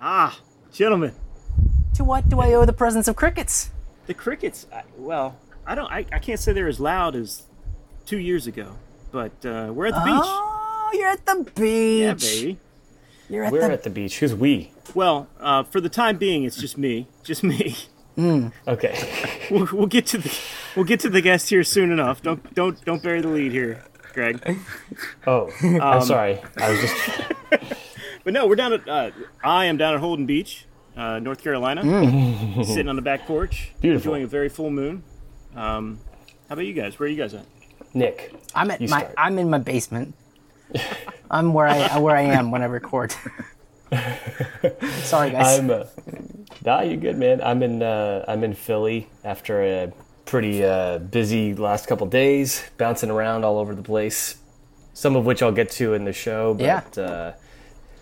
Ah, gentlemen, To what do I owe the presence of crickets? the crickets. I, well, I don't. I, I can't say they're as loud as two years ago, but uh, we're at the Ah. beach. Oh, you're at the beach. Yeah, baby. You're at We're the at the beach. Who's we? Well, uh, for the time being, it's just me, just me. Okay. We'll, we'll get to the we'll get to the guests here soon enough. Don't don't don't bury the lead here, Greg. Oh, Um, I'm sorry. I was just. But no, we're down at uh, I am down at Holden Beach, uh, North Carolina, sitting on the back porch, Mm. Beautiful. enjoying a very full moon. Um, how about you guys? Where are you guys at? Nick. I'm at You my start. I'm in my basement. I'm where I uh, where I am when I record. Sorry guys. I'm. Uh, nah, you're good, man. I'm in. Uh, I'm in Philly after a pretty uh, busy last couple days, bouncing around all over the place. Some of which I'll get to in the show. But, Yeah. Uh,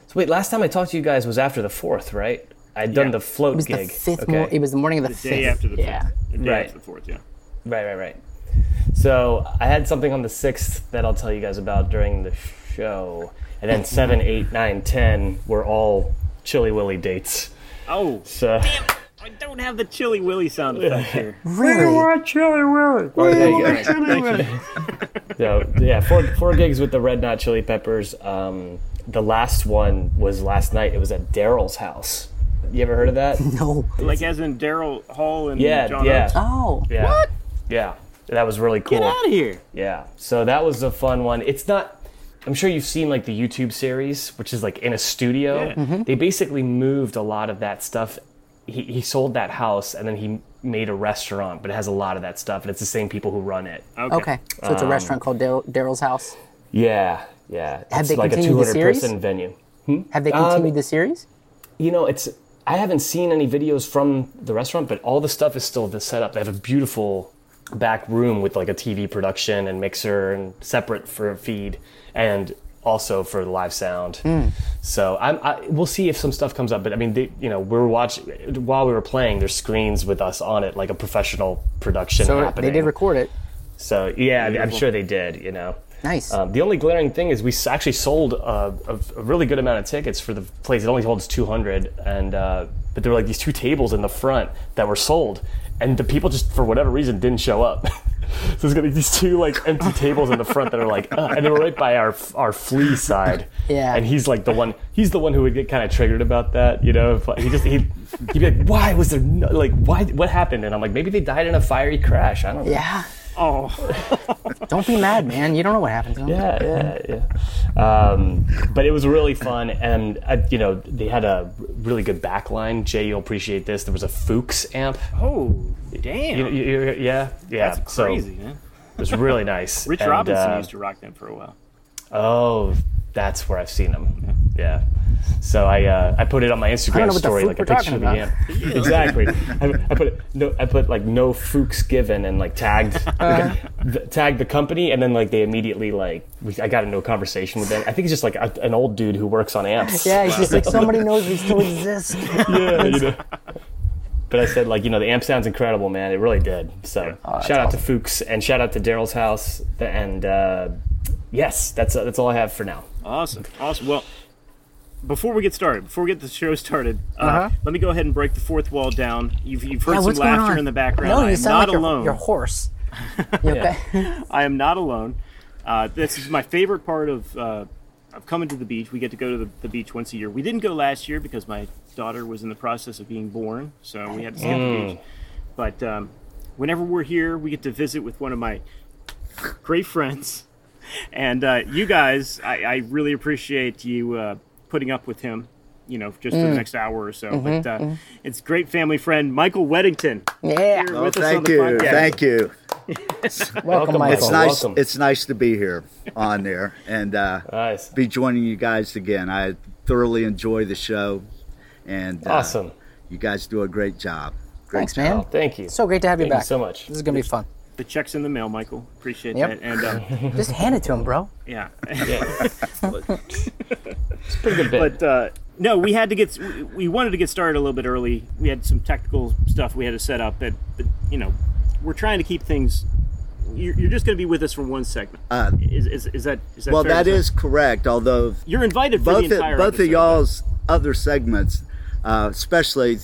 so wait, last time I talked to you guys was after the fourth, right? I'd done Yeah. the float it was gig. the fifth. okay? Mo- it was the morning of the, fifth. Day after the fifth. yeah. The Day Right. after the fourth. Yeah. Right, right, right. So I had something on the sixth that I'll tell you guys about during the show, and then seven, eight, nine, ten were all Chilly Willy dates. Oh, So I don't have the chilly willy sound effect here. Really? Chilly Willy. Really? Really? So yeah, four four gigs with the Red Hot Chili Peppers. Um, the last one was last night. It was at Daryl's house. You ever heard of that? No. Like as in Daryl Hall and Yeah, John yeah. Oates. Oh. Yeah. What? Yeah, that was really cool. Get out of here. Yeah. So that was a fun one. It's not I'm sure you've seen like the YouTube series, which is like in a studio. Yeah. Mm-hmm. Mhm. They basically moved a lot of that stuff. He, he sold that house and then he made a restaurant, but it has a lot of that stuff, and it's the same people who run it. Okay. Okay. So it's a Um, restaurant called Dar- Daryl's House. Yeah, yeah. Have it's they like a continued the 200 series? person venue. Have they Um, continued the series? You know, it's I haven't seen any videos from the restaurant, but all the stuff is still the setup. They have a beautiful back room with like a TV production and mixer and separate for feed and also for live sound. Hmm. So I'm I, we'll see if some stuff comes up, but I mean, they, you know, we're watching while we were playing. There's screens with us on it, like a professional production So happening. they did record it. So yeah, I- I'm Beautiful. sure they did. You know. Nice. Um, the only glaring thing is we s- actually sold uh, a, a really good amount of tickets for the place. It only holds 200, and uh, but there were like these two tables in the front that were sold, and the people just for whatever reason didn't show up. so there's gonna be these two like empty tables in the front that are like, uh, and they were right by our our flea side. Yeah. And he's like the one. He's the one who would get kind of triggered about that. You know, if, like, he just he. He'd be like, "Why was there no, like why what happened?" And I'm like, "Maybe they died in a fiery crash. I don't know." yeah. Oh, Don't be mad, man. You don't know what happened to him. yeah, yeah, yeah. Um, but it was really fun, and uh, you know they had a really good backline. Jay, you'll appreciate this. There was a Fuchs amp. oh, damn. You- you- you- yeah, yeah. That's so crazy, man. it was really nice. Rich And, Robinson uh, used to rock them for a while. Oh, that's where I've seen him. Yeah. So I uh, I put it on my Instagram know what the story, fuck like a we're picture of talking the amp. exactly. I, I put no, I put like no Fuchs given and like tagged Uh-huh. the, tagged the company, and then like they immediately like we, I got into a conversation with them. I think it's just like a, an old dude who works on amps. Yeah, he's just like somebody knows we still exist. yeah, you know. But I said, like, you know, the amp sounds incredible, man. It really did. So shout out to Fuchs and shout out to Daryl's house. And uh, yes, that's that's all I have for now. Awesome. Awesome. Well, before we get started, before we get the show started, uh, let me go ahead and break the fourth wall down. You've, you've heard Uh-huh. Yeah, some what's going laughter on in the background. No, I you am sound not like you're- alone. You're, hoarse. You okay? I am not alone. Uh, this is my favorite part of uh, of coming to the beach. We get to go to the, the beach once a year. We didn't go last year because my daughter was in the process of being born, so we had to skip the beach. But um, whenever we're here, we get to visit with one of my great friends, and uh, you guys, I, I really appreciate you uh, putting up with him. You know, just for the next hour or so. but uh, it's great family friend Michael Weddington. Here Yeah. Welcome, Oh, with us on Oh, thank the you, podcast. thank you. Michael. It's Michael. nice. Oh, welcome. It's nice to be here on there and uh, Nice. be joining you guys again. I thoroughly enjoy the show, and uh, Awesome. You guys do a great job. Great Thanks, job. man. Oh, thank you. So great to have you Thank you back. so much. This is gonna be fun. The check's in the mail, Michael. Appreciate Yep. that. And um, Just hand it to him, bro. yeah, Yeah. it's a pretty good bit. but uh, no, we had to get we- we wanted to get started a little bit early. We had some technical stuff we had to set up, but, but you know, we're trying to keep things. You're, you're just going to be with us for one segment. Uh, is, is, is that is that Well, fair that to say? is correct. Although You're invited for both the of, entire both of episode. y'all's other segments uh, especially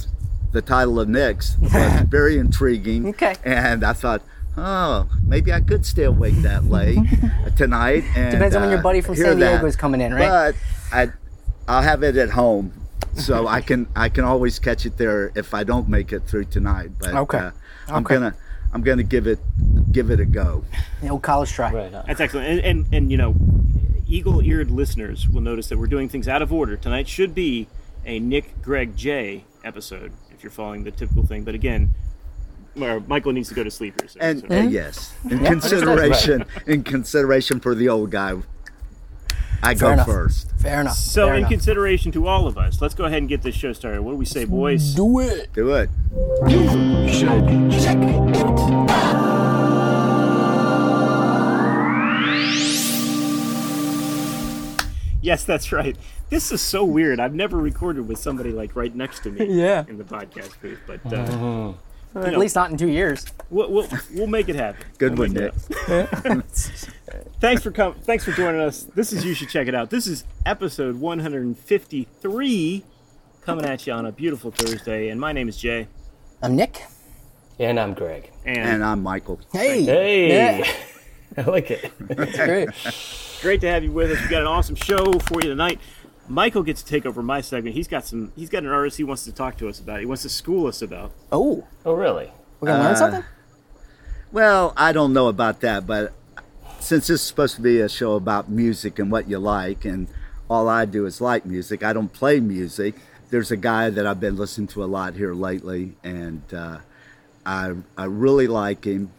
the title of Nick's was very intriguing. Okay. And I thought, oh, maybe I could stay awake that late tonight. And, Depends on when your uh, buddy from hear San Diego that. is coming in, right? But I, I'll have it at home, so I can I can always catch it there if I don't make it through tonight. But Okay. uh, I'm Okay. gonna I'm gonna give it give it a go. The old college try. Right. on. That's excellent. And, and, and you know, eagle eared listeners will notice that we're doing things out of order. Tonight should be a Nick, Greg, Jay episode, if you're following the typical thing. But again, well, Michael needs to go to sleep here soon. And so- uh, yes, in consideration in consideration for the old guy, I go enough. first. Fair enough. so, fair in enough. consideration to all of us, let's go ahead and get this show started. What do we say, boys? do it. Do it. Yes, that's right. This is so weird. I've never recorded with somebody like right next to me Yeah. in the podcast booth, but uh, At know. least not in two years. we'll, we'll we'll make it happen. Good We'll one, make it Nick. thanks for com- thanks for joining us. This is you should check it out. This is episode 153 coming at you on a beautiful Thursday and my name is Jay I'm Nick. And I'm Greg. and, And I'm Michael. Hey. Hey, Yeah. I like it. That's great. great to have you with us. We got an awesome show for you tonight. Michael gets to take over my segment. He's got some he's got an artist he wants to talk to us about. He wants to school us about. Oh, Oh, really? we're gonna Uh, learn something. Well, I don't know about that, but since this is supposed to be a show about music and what you like, and all I do is like music, I don't play music. There's a guy that I've been listening to a lot here lately, and uh, I I really like him.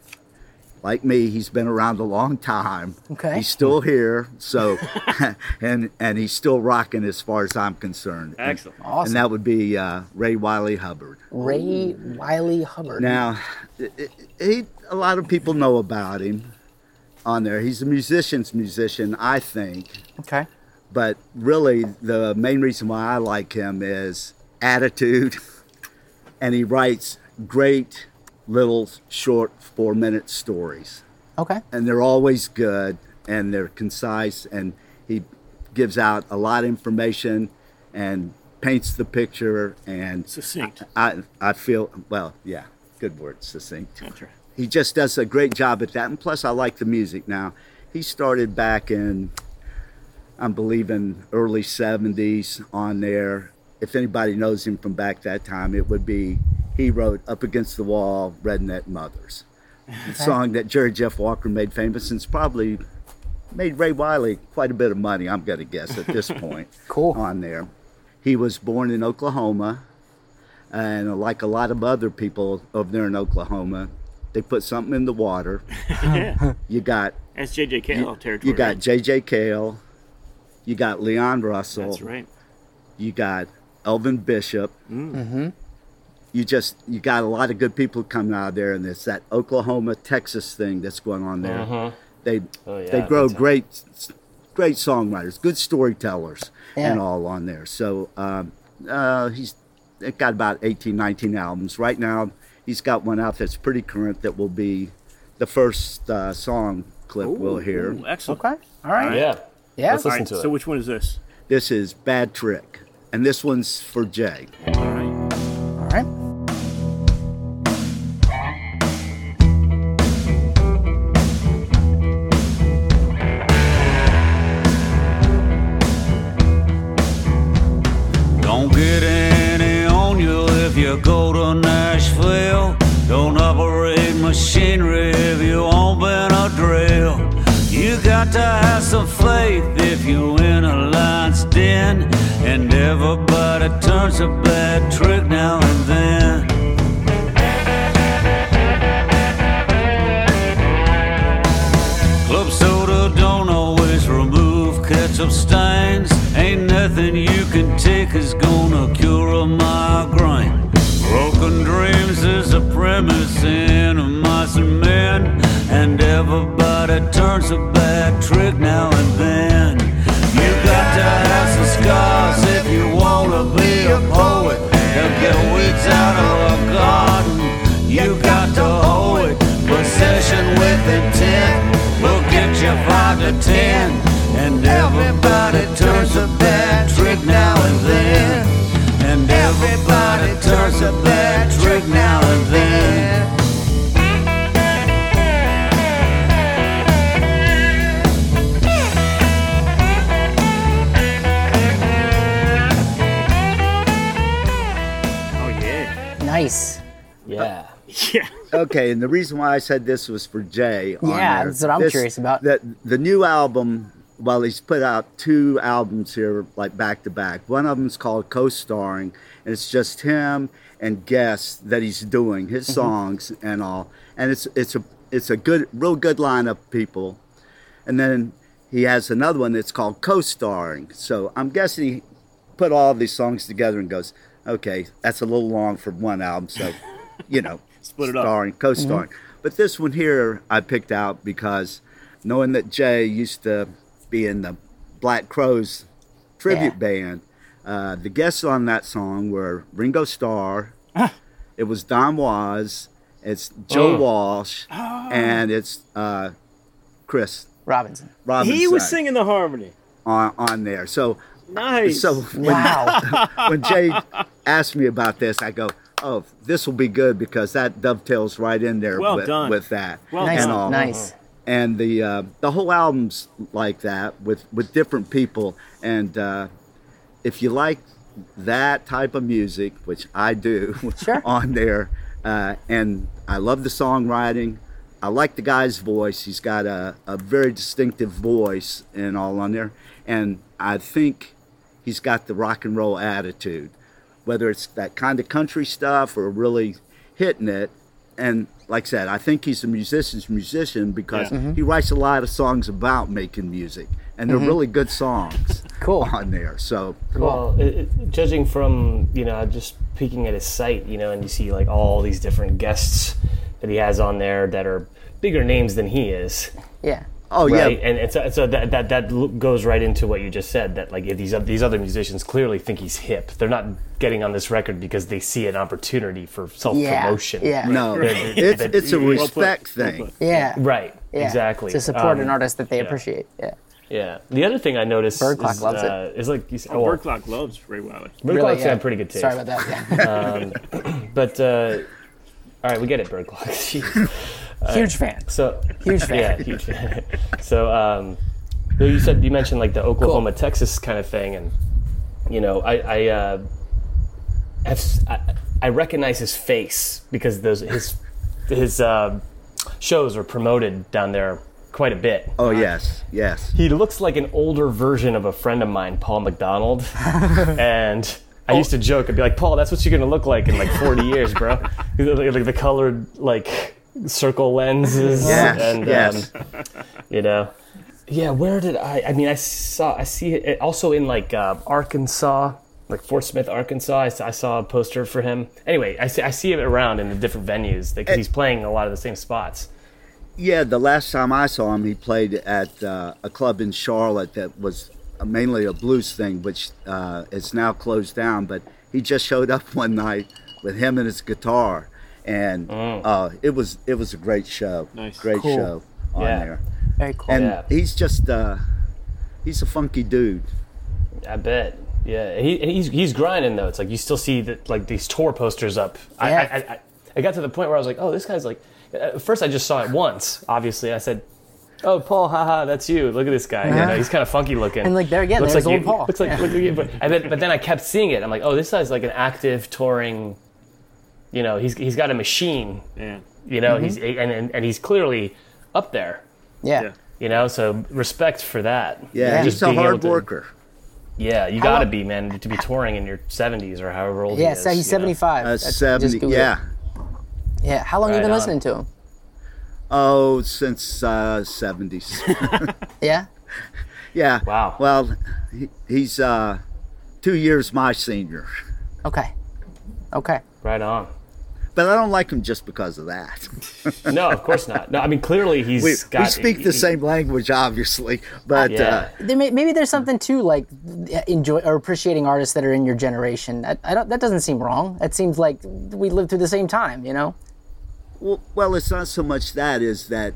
Like me, he's been around a long time. Okay. he's still here, so and and he's still rocking as far as I'm concerned. And- Excellent. Awesome. And that would be uh, Ray Wiley Hubbard. Ray Wiley Hubbard. Now, it- it- he, a lot of people know about him on there. He's a musician's musician, I think. Okay. But really, the main reason why I like him is attitude. And he writes great little short four minute stories. Okay. And they're always good and they're concise. And he gives out a lot of information and paints the picture. And Succinct. I, I feel, well, yeah, good word, succinct That's right. he just does a great job at that. And plus, I like the music now. He started back in, I'm believing, early 70s on there. If anybody knows him from back that time, it would be he wrote Up Against the Wall, Redneck Mothers, the song that Jerry Jeff Walker made famous and it's probably made Ray Wiley quite a bit of money, I'm going to guess, at this point. Cool. On there. He was born in Oklahoma and like a lot of other people over there in Oklahoma, they put something in the water. Yeah. You got That's JJ Cale territory. you got right? J.J. Cale, you got Leon Russell, That's right. Mm. you got Elvin Bishop. Mm-hmm. You just you got a lot of good people coming out of there, and it's that Oklahoma Texas thing that's going on there. Uh-huh. They Oh, yeah, they grow that's a- great great songwriters, good storytellers, and Yeah. all on there. So um, uh, he's got about 18, 19 albums right now. He's got one out that's pretty current that will be the first uh, song clip we'll hear. Ooh, excellent. Okay. All right. Yeah. Yeah. Let's All listen right. to it. So which one is this? This is Bad Trick, and this one's for Jay. All right. All right. Don't get any on you if you go to Nashville. Oh, Don't operate machinery if you own been a drill. You got to have some faith if you in a lion's den. And everybody turns a bad trick now and then. Club soda don't always remove ketchup stains. Ain't nothing you can take is gonna cure a migraine. Broken dreams is a premise in a mice and men. And everybody turns a bad trick now and then. You got to have some scars if you wanna be a poet. They'll get weeds out of a garden. You got to owe it. Possession with intent. We'll get you five to ten. And everybody turns a bad trick now and then. And everybody nice. Yeah. Yeah. okay, and the reason why I said this was for Jay. on Yeah, there. that's what I'm This- curious about. That the new album. Well, he's put out two albums here, like back to back. One of them's called co-starring, and it's just him and guests that he's doing Mm-hmm. his songs and all. And it's it's a it's a good, real good line of people. And then he has another one that's called co-starring. So I'm guessing he put all these songs together and goes, okay, that's a little long for one album. So, you know, Split it up. starring, co-starring. But this one here I picked out because knowing that Jay used to be in the Black Crows tribute Yeah. band, uh, the guests on that song were Ringo Starr, it was Don Was, it's Joe Mm. Walsh, and it's uh, Chris Robinson. Robinson He was singing the harmony. on, on there. So, Nice. so when, Wow. when Jay asked me about this, I go, "Oh, this will be good because that dovetails right in there Well with, done. with that." Well nice. and all. Nice. And the uh, the whole album's like that with with different people. And uh, if you like that type of music, which I do, Sure. on there, uh, and I love the songwriting. I like the guy's voice. He's got a, a very distinctive voice and all on there. And I think he's got the rock and roll attitude, whether it's that kind of country stuff or really hitting it. And like I said, I think he's a musician's musician because Mm-hmm. Yeah. he writes a lot of songs about making music, and they're really good songs Cool. on there. So Well, it, it- judging from you know just peeking at his site, you know, and you see like all these different guests that he has on there that are bigger names than he is, Yeah. Oh right? yeah, And, and so, so that, that that l- goes right into what you just said that like if these oth- these other musicians clearly think he's hip. They're not getting on this record because they see an opportunity for self Yeah. promotion. Yeah. no, it's it's a Well put. respect Well thing. put. Yeah. Right. Yeah. Exactly. To support Um, an artist that they appreciate. Yeah. Yeah. The other thing I noticed Birdclock is, loves it. uh, is like you said, oh, Bird Clock loves Ray Wiley. Birdclock's Really, yeah. got pretty good taste. Sorry about that. Yeah. But uh, all right, we get it, Birdclock. Jeez. Huge fan. so Huge fan. yeah, huge. so um, though you said you mentioned like the Oklahoma Texas kind of thing, and you know I I, uh, have, s- I I recognize his face because those his his uh, shows are promoted down there quite a bit. Oh yes, yes. He looks like an older version of a friend of mine, Paul McDonald. and I used to joke, I'd be like, Paul, that's what you're going to look like in like 40 years, bro. Like, like the colored, like, circle lenses. Yes, And, yes. Um, you know. Yeah, where did I? I mean, I saw, I see it also in like uh, Arkansas, like Fort Smith, Arkansas. I, saw- I saw a poster for him. Anyway, I see, I see him around in the different venues because he's playing a lot of the same spots. Yeah, the last time I saw him, he played at uh, a club in Charlotte that was mainly a blues thing, which uh, it's now closed down. But he just showed up one night with him and his guitar, and Oh. uh, it was it was a great show. Nice. great Cool. show on Yeah. there. Very cool. And Yeah. he's just uh, he's a funky dude. I bet. Yeah, he, he's he's grinding though. It's like you still see that like these tour posters up. I, I, Yeah. I, I, I got to the point where I was like, oh, this guy's like. At first, I just saw it once. Obviously, I said, oh, Paul, haha, that's you. Look at this guy. You know, he's kind of funky looking. Uh-huh. And, like, there again, looks there's like old you- Paul. Looks like, Yeah. look, look- but, and then, but then I kept seeing it. I'm like, oh, this guy's like an active touring. You know, he's he's got a machine. Yeah. You know, he's Mm-hmm. and, and and he's clearly up there. yeah. Yeah. You know, so respect for that. Yeah, Yeah. he's Just a being able hard to- worker. yeah, you got to long- be man to be touring in your seventies or however old. Yeah, he is, so you know? he's 75. Uh, That's- just Seventy, Google it. yeah. Yeah. How long you Right been on. listening to him? Oh, since uh, seventies. Yeah. yeah. Wow. Well, he, he's uh, two years my senior. Okay. Okay. Right on. But I don't like him just because of that. No, of course not. No, I mean clearly he's We, got. we speak the same language, obviously, but Yeah. uh, There may, maybe there's something to like enjoy or appreciating artists that are in your generation. I, I don't. That doesn't seem wrong. That seems like we lived through the same time. You know. well, well, it's not so much that is that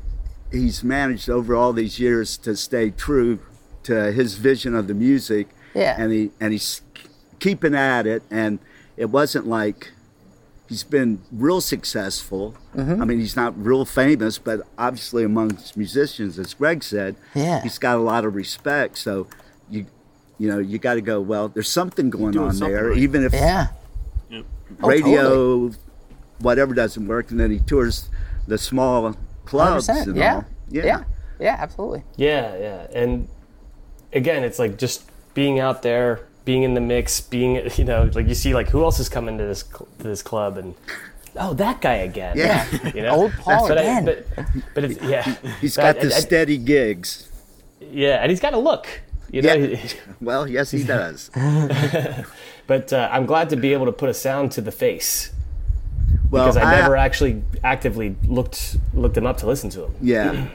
he's managed over all these years to stay true to his vision of the music, Yeah. and he and he's keeping at it, and it wasn't like he's been real successful. Mm-hmm. I mean, he's not real famous, but obviously amongst musicians, as Greg said, Yeah. he's got a lot of respect. So you. You know, you got to go. Well, there's something going doing on something there, right. even if Yeah. Yep. Oh, totally. radio whatever doesn't work, and then he tours the small clubs 100%, and yeah, all. yeah, yeah, absolutely. Yeah, yeah. And again, it's like just being out there, being in the mix, being you know, like you see like who else is coming to this cl- to this club and oh, that guy again. Yeah. You know? Old Paul but again. I, but, but it's yeah. He's But got I- the I- steady gigs. yeah, and he's got a look. You know, Yeah. Well, yes, he does. but uh, I'm glad to be able to put a sound to the face Well, because I I- never actually actively looked looked him up to listen to him. Yeah.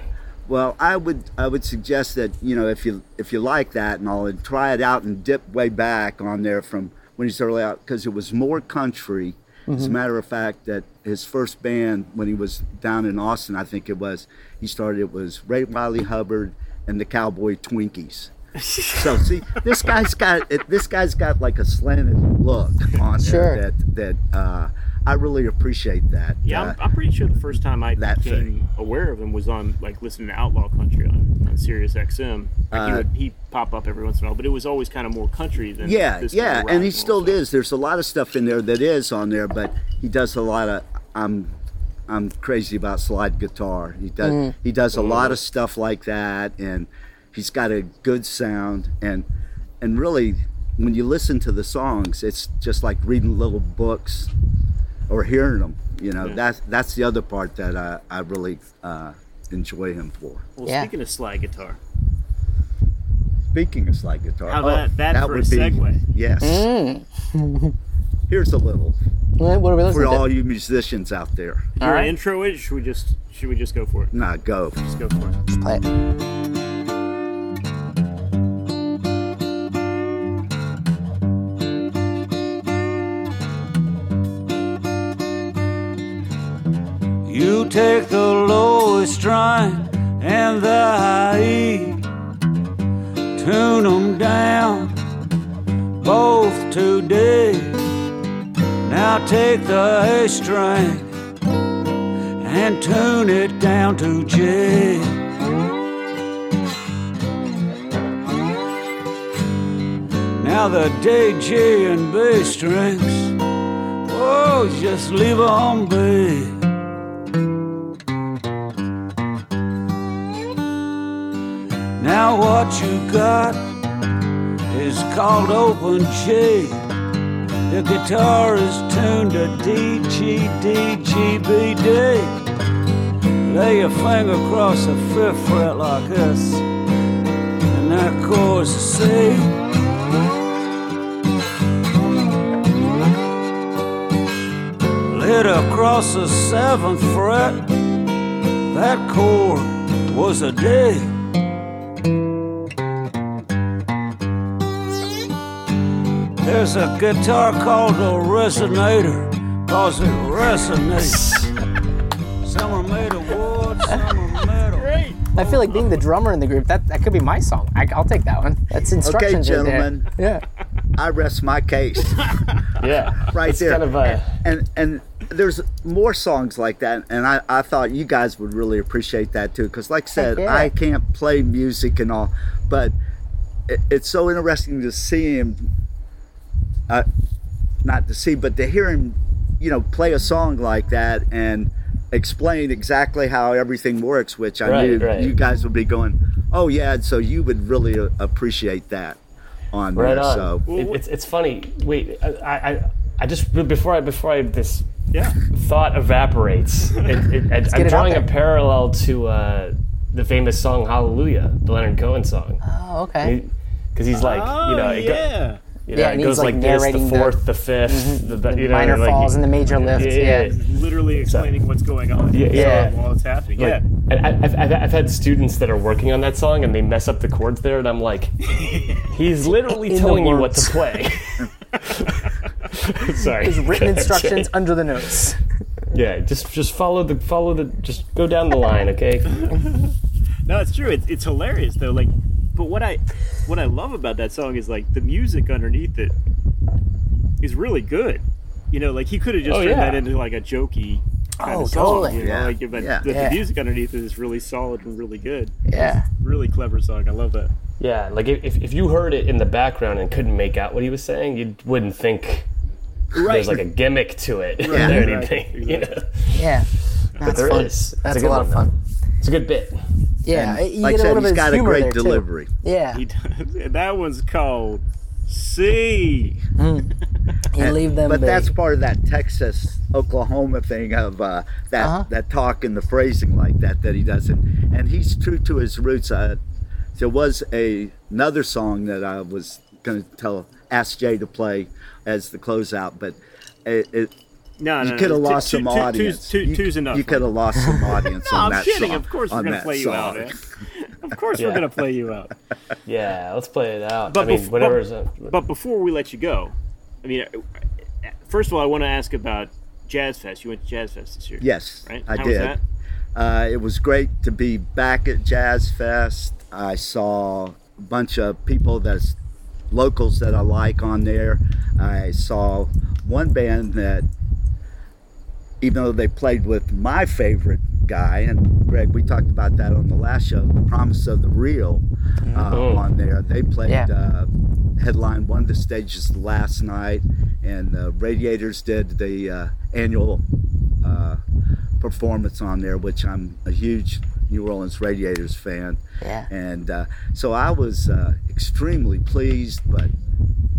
Well, I would I would suggest that you know if you if you like that and all, and try it out and dip way back on there from when he started out because it was more country. As Mm-hmm. a matter of fact, that his first band when he was down in Austin, I think it was, he started it was Ray Wiley Hubbard and the Cowboy Twinkies. so see, this guy's got it- this guy's got like a slanted look on Sure. there that that uh, I really appreciate that. Yeah, Uh, I'm, I'm pretty sure the first time I that became thing. aware of him was on like listening to Outlaw Country on, on Sirius XM. Like, he Uh, would he pop up every once in a while, but it was always kind of more country than Yeah, this yeah, kind of rock and he and still roll stuff. is. There's a lot of stuff in there that is on there, but he does a lot of. I'm, I'm crazy about slide guitar. He does. He does a lot Mm. of stuff like that, and he's got a good sound. And and really, when you listen to the songs, it's just like reading little books or hearing them. You know, that's that's the other part that I I really uh, enjoy him for. Well, Yeah. speaking of slide guitar, Speaking of slide guitar, Oh, How about that for a segue? Yes. Here's a little What what are we for listening all to? you musicians out there. do you want right. to intro it? Or should we just should we just go for it? Nah, go. Just go for it. Play it. You take the lowest string and the high E, tune 'em down, both today. Now take the A string and tune it down to J. Now the D, G, and B strings, oh, just leave 'em be. Now what you got is called open G. The guitar is tuned to D G D G B D. Lay your finger across the fifth fret like this, and that chord's a C. Lay it across the seventh fret, that chord was a D. There's a guitar called a resonator, cause it resonates. some are made of wood, some are metal. I feel like being the drummer in the group. That that could be my song. I, I'll take that one. That's Okay, instructions. right there. gentlemen, Yeah. I rest my case Yeah. right it's there. kind of uh, a and and there's more songs like that, and I, I thought you guys would really appreciate that too, because like I said, yeah. I can't play music and all, but it, it's so interesting to see him, uh, not to see, but to hear him, you know, play a song like that and explain exactly how everything works, which I Right, knew right. you guys would be going, oh yeah, and so you would really uh, appreciate that on right there. on. So It- it's it's funny. Wait, I I, I- I just before I before I this Yeah. thought evaporates. It, it, it, get I'm it out drawing a there. parallel to uh, the famous song "Hallelujah," the Leonard Cohen song, Oh, okay. because he's like, Oh you know, it, go- yeah. you know, Yeah, it and he's, goes like, like, this: the narrating the- fourth, the 5th the, you know, Minor like, falls and the major lifts. yeah, Yeah. yeah, yeah. Literally explaining what's going on. Yeah, yeah. While it's happening. Like, yeah. And I, I've, I've, I've had students that are working on that song and they mess up the chords there, and I'm like, he's literally the telling you what words. to play. Sorry. There's written instructions under the notes. Yeah, just just follow the follow the just go down the line, okay? No, it's true. It's, it's hilarious though. Like, but what I what I love about that song is like the music underneath it is really good. You know, like he could have just Oh, turned yeah. that into like a jokey kind Oh, of song. totally. You know? Yeah. Like, but Yeah. but Yeah. the music underneath it is really solid and really good. Yeah. Really clever song. I love that. Yeah, like if, if you heard it in the background and couldn't make out what he was saying, you wouldn't think Right. there's like a gimmick to it. Right. Yeah. or Right. anything, you know? Yeah. That's there fun. is. It's That's a a, good lot of one, fun. though. It's a good bit. Yeah, you Like I get a said, little he's bit got of a humor great there, too. delivery. Yeah, He you does. And that one's called C. leave them. But be. that's part of that Texas Oklahoma thing of uh, that Uh-huh. that talk and the phrasing like that that he does, and and he's true to his roots. Uh, there was a, another song that I was going to tell ask Jay to play as the closeout, but it. it No, you no, no. could have Two- lost two- some two- two's- audience. two- you two's enough. you could have lost some audience No, on I'm that kidding. song. Of course we're on gonna that play you song. out. eh? Man. Of course we're Yeah. gonna play you out. Yeah, let's play it out. But I mean, bef- whatever but- is. a- But before we let you go, I mean, uh, first of all, I want to ask about Jazz Fest. You went to Jazz Fest this year, Yes, Right? I How did. was that? Uh, it was great to be back at Jazz Fest. I saw a bunch of people that's locals that I like on there. I saw one band that, even though they played with my favorite guy, and Greg, we talked about that on the last show, The Promise of the Real uh, on there. They played Yeah. uh, headline one of the stages last night, and uh, Radiators did the uh, annual uh, performance on there, which I'm a huge New Orleans Radiators fan. Yeah. And uh, so I was uh, extremely pleased, but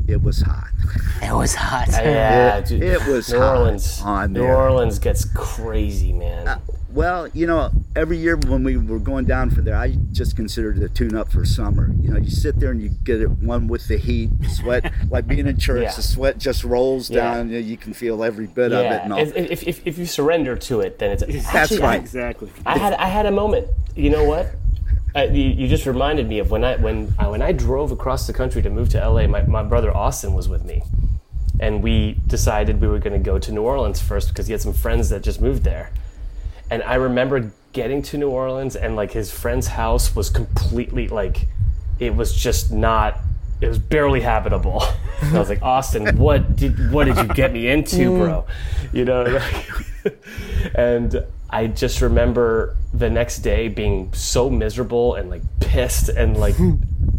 it was hot. it was hot. yeah, dude. It was New hot Orleans. on New there. Orleans gets crazy, man. Well, you know, every year when we were going down for there, I just considered it a tune up for summer. You know, you sit there and you get it one with the heat, the sweat, like being in church, Yeah. the sweat just rolls Yeah. down. You, know, you can feel every bit of it. yeah. And all. If, if, if, if you surrender to it, then it's. That's Actually, I- right. Exactly. I had I had a moment. You know what? Uh, you, you just reminded me of when I when I, when I drove across the country to move to LA. My, my brother Austin was with me, and we decided we were going to go to New Orleans first because he had some friends that just moved there. And I remember getting to New Orleans and like his friend's house was completely like it was just not it was barely habitable. And I was like, Austin, what did what did you get me into, bro? You know, like, and I just remember the next day being so miserable and like pissed and like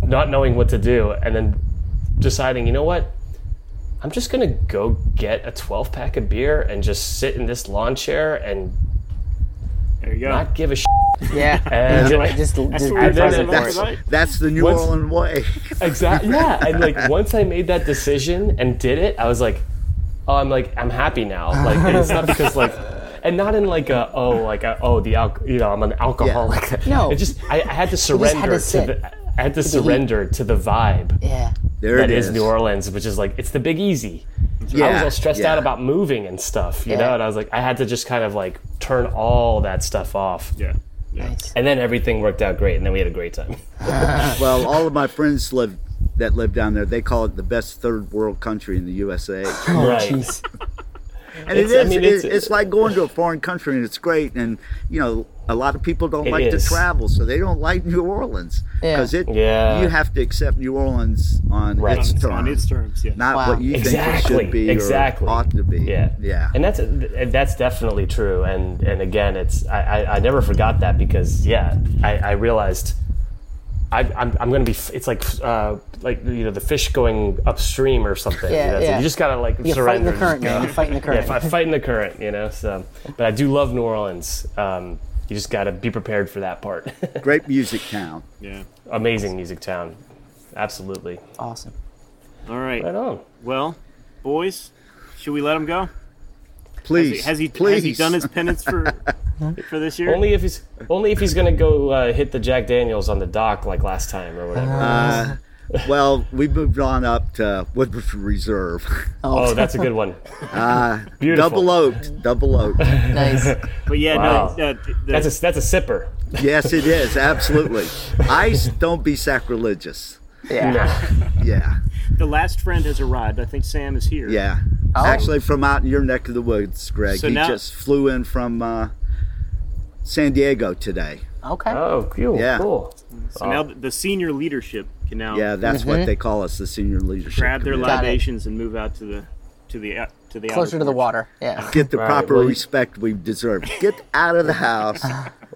not knowing what to do, and then deciding, you know what? I'm just gonna go get a 12 pack of beer and just sit in this lawn chair and There you go. not give a shit. Yeah, And Like, just, just what we be did present. that that's, That's right. that's the New What's- Orleans way. exactly. Yeah, and like once I made that decision and did it, I was like, oh, I'm like I'm happy now. Like and it's not because like, and not in like a oh like a, oh the alco- you know I'm an alcoholic. No. it just I, I had to had to surrender sit. to the I had to surrender to the vibe Yeah, There that it is is. New Orleans, which is like it's the Big Easy. Yeah, I was all stressed yeah. out about moving and stuff, you Yeah. know, and I was like I had to just kind of like turn all that stuff off. yeah. Yeah. nice. And then everything worked out great, and then we had a great time. Well, all of my friends live that live down there. They call it the best third world country in the USA. right. Jeez. And it's, It's- I mean, it's, it's- it's like going to a foreign country and it's great. And, you know, a lot of people don't It like is. to travel, so they don't like New Orleans. Yeah. Because it, Yeah. you have to accept New Orleans on Right. its terms, On, on its terms, yeah. not Wow. what you exactly think it should be exactly or ought to be. yeah Yeah. and that's and that's definitely true and and again it's i i, I never forgot that because yeah i i realized I, I'm, I'm gonna be. f- It's like, uh, like you know, the fish going upstream or something. Yeah, you, know, so yeah. you just gotta like You're fighting surrender. the current, man. You're fighting the current. Yeah, fi- fighting the current. You know. So, but I do love New Orleans. Um, you just gotta be prepared for that part. Great music town. Yeah. Amazing music town. Absolutely. awesome. All right. Right on. Well, boys, should we let him go? Has he Please. has he, please. has he done his penance for for this year? Only if he's only if he's gonna go uh, hit the Jack Daniels on the dock like last time or whatever. Uh, well, we moved on up to Woodford Reserve. oh, that's a good one. Beautiful. double oaked. Double oaked. Nice. but yeah, Wow. no. Uh, th- the, That's a that's a sipper. yes, it is. Absolutely. Ice, don't be sacrilegious. Yeah. Yeah. the last friend has arrived. I think Sam is here. Yeah. Oh. Actually, from out in your neck of the woods, Greg. So he now- just flew in from uh, San Diego today. Okay. Oh, cool. Yeah. Cool. So now the, the senior leadership can now Yeah, that's Mm-hmm. what they call us, the senior leadership. grab their committee. Got it. libations and move out to the to the out- to the Closer outer to the porch. water. Yeah. Get the Right, proper well, you- respect we deserve. Get out of the house.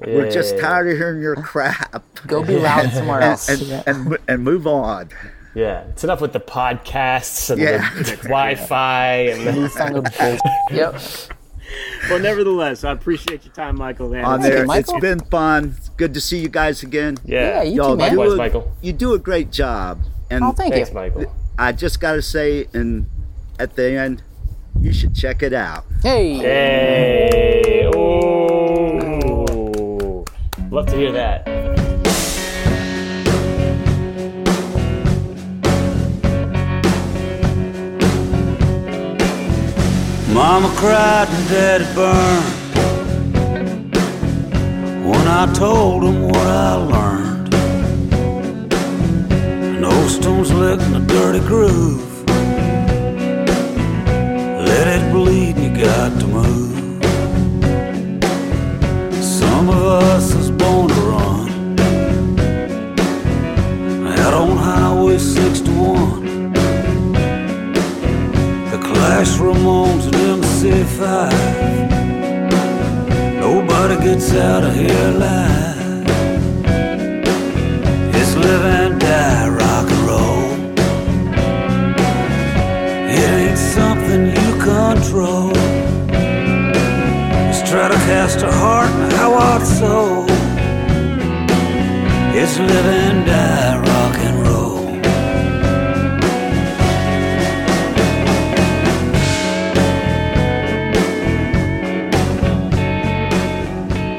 We're just Yeah. tired of hearing your crap. Go be loud somewhere else. And, Oh, Yeah. and, and move on. Yeah, it's enough with the podcasts and Yeah. the, Wi-Fi and the, These kind of bull- Yep. Well, nevertheless, I appreciate your time, Michael. And on it's- there. Michael? It's been fun. It's Good to see you guys again. yeah. Yeah, you Y'all too, man. do Likewise, a, Michael. You do a great job. And Oh, thank Thanks, you. Michael. I just got to say, and at the end, you should check it out. Hey. Hey, oh, love to hear that. Mama cried and daddy burned when I told him what I learned. An old stone's licked in a dirty groove. Let it bleed, you got to move. Some of us is born to run. Out on Highway 61. The Clash Ramones and MC5. Nobody gets out of here alive. It's live and die rock and roll. It ain't something you control. Stratocaster heart and how I'd soul. It's live and die rock and roll.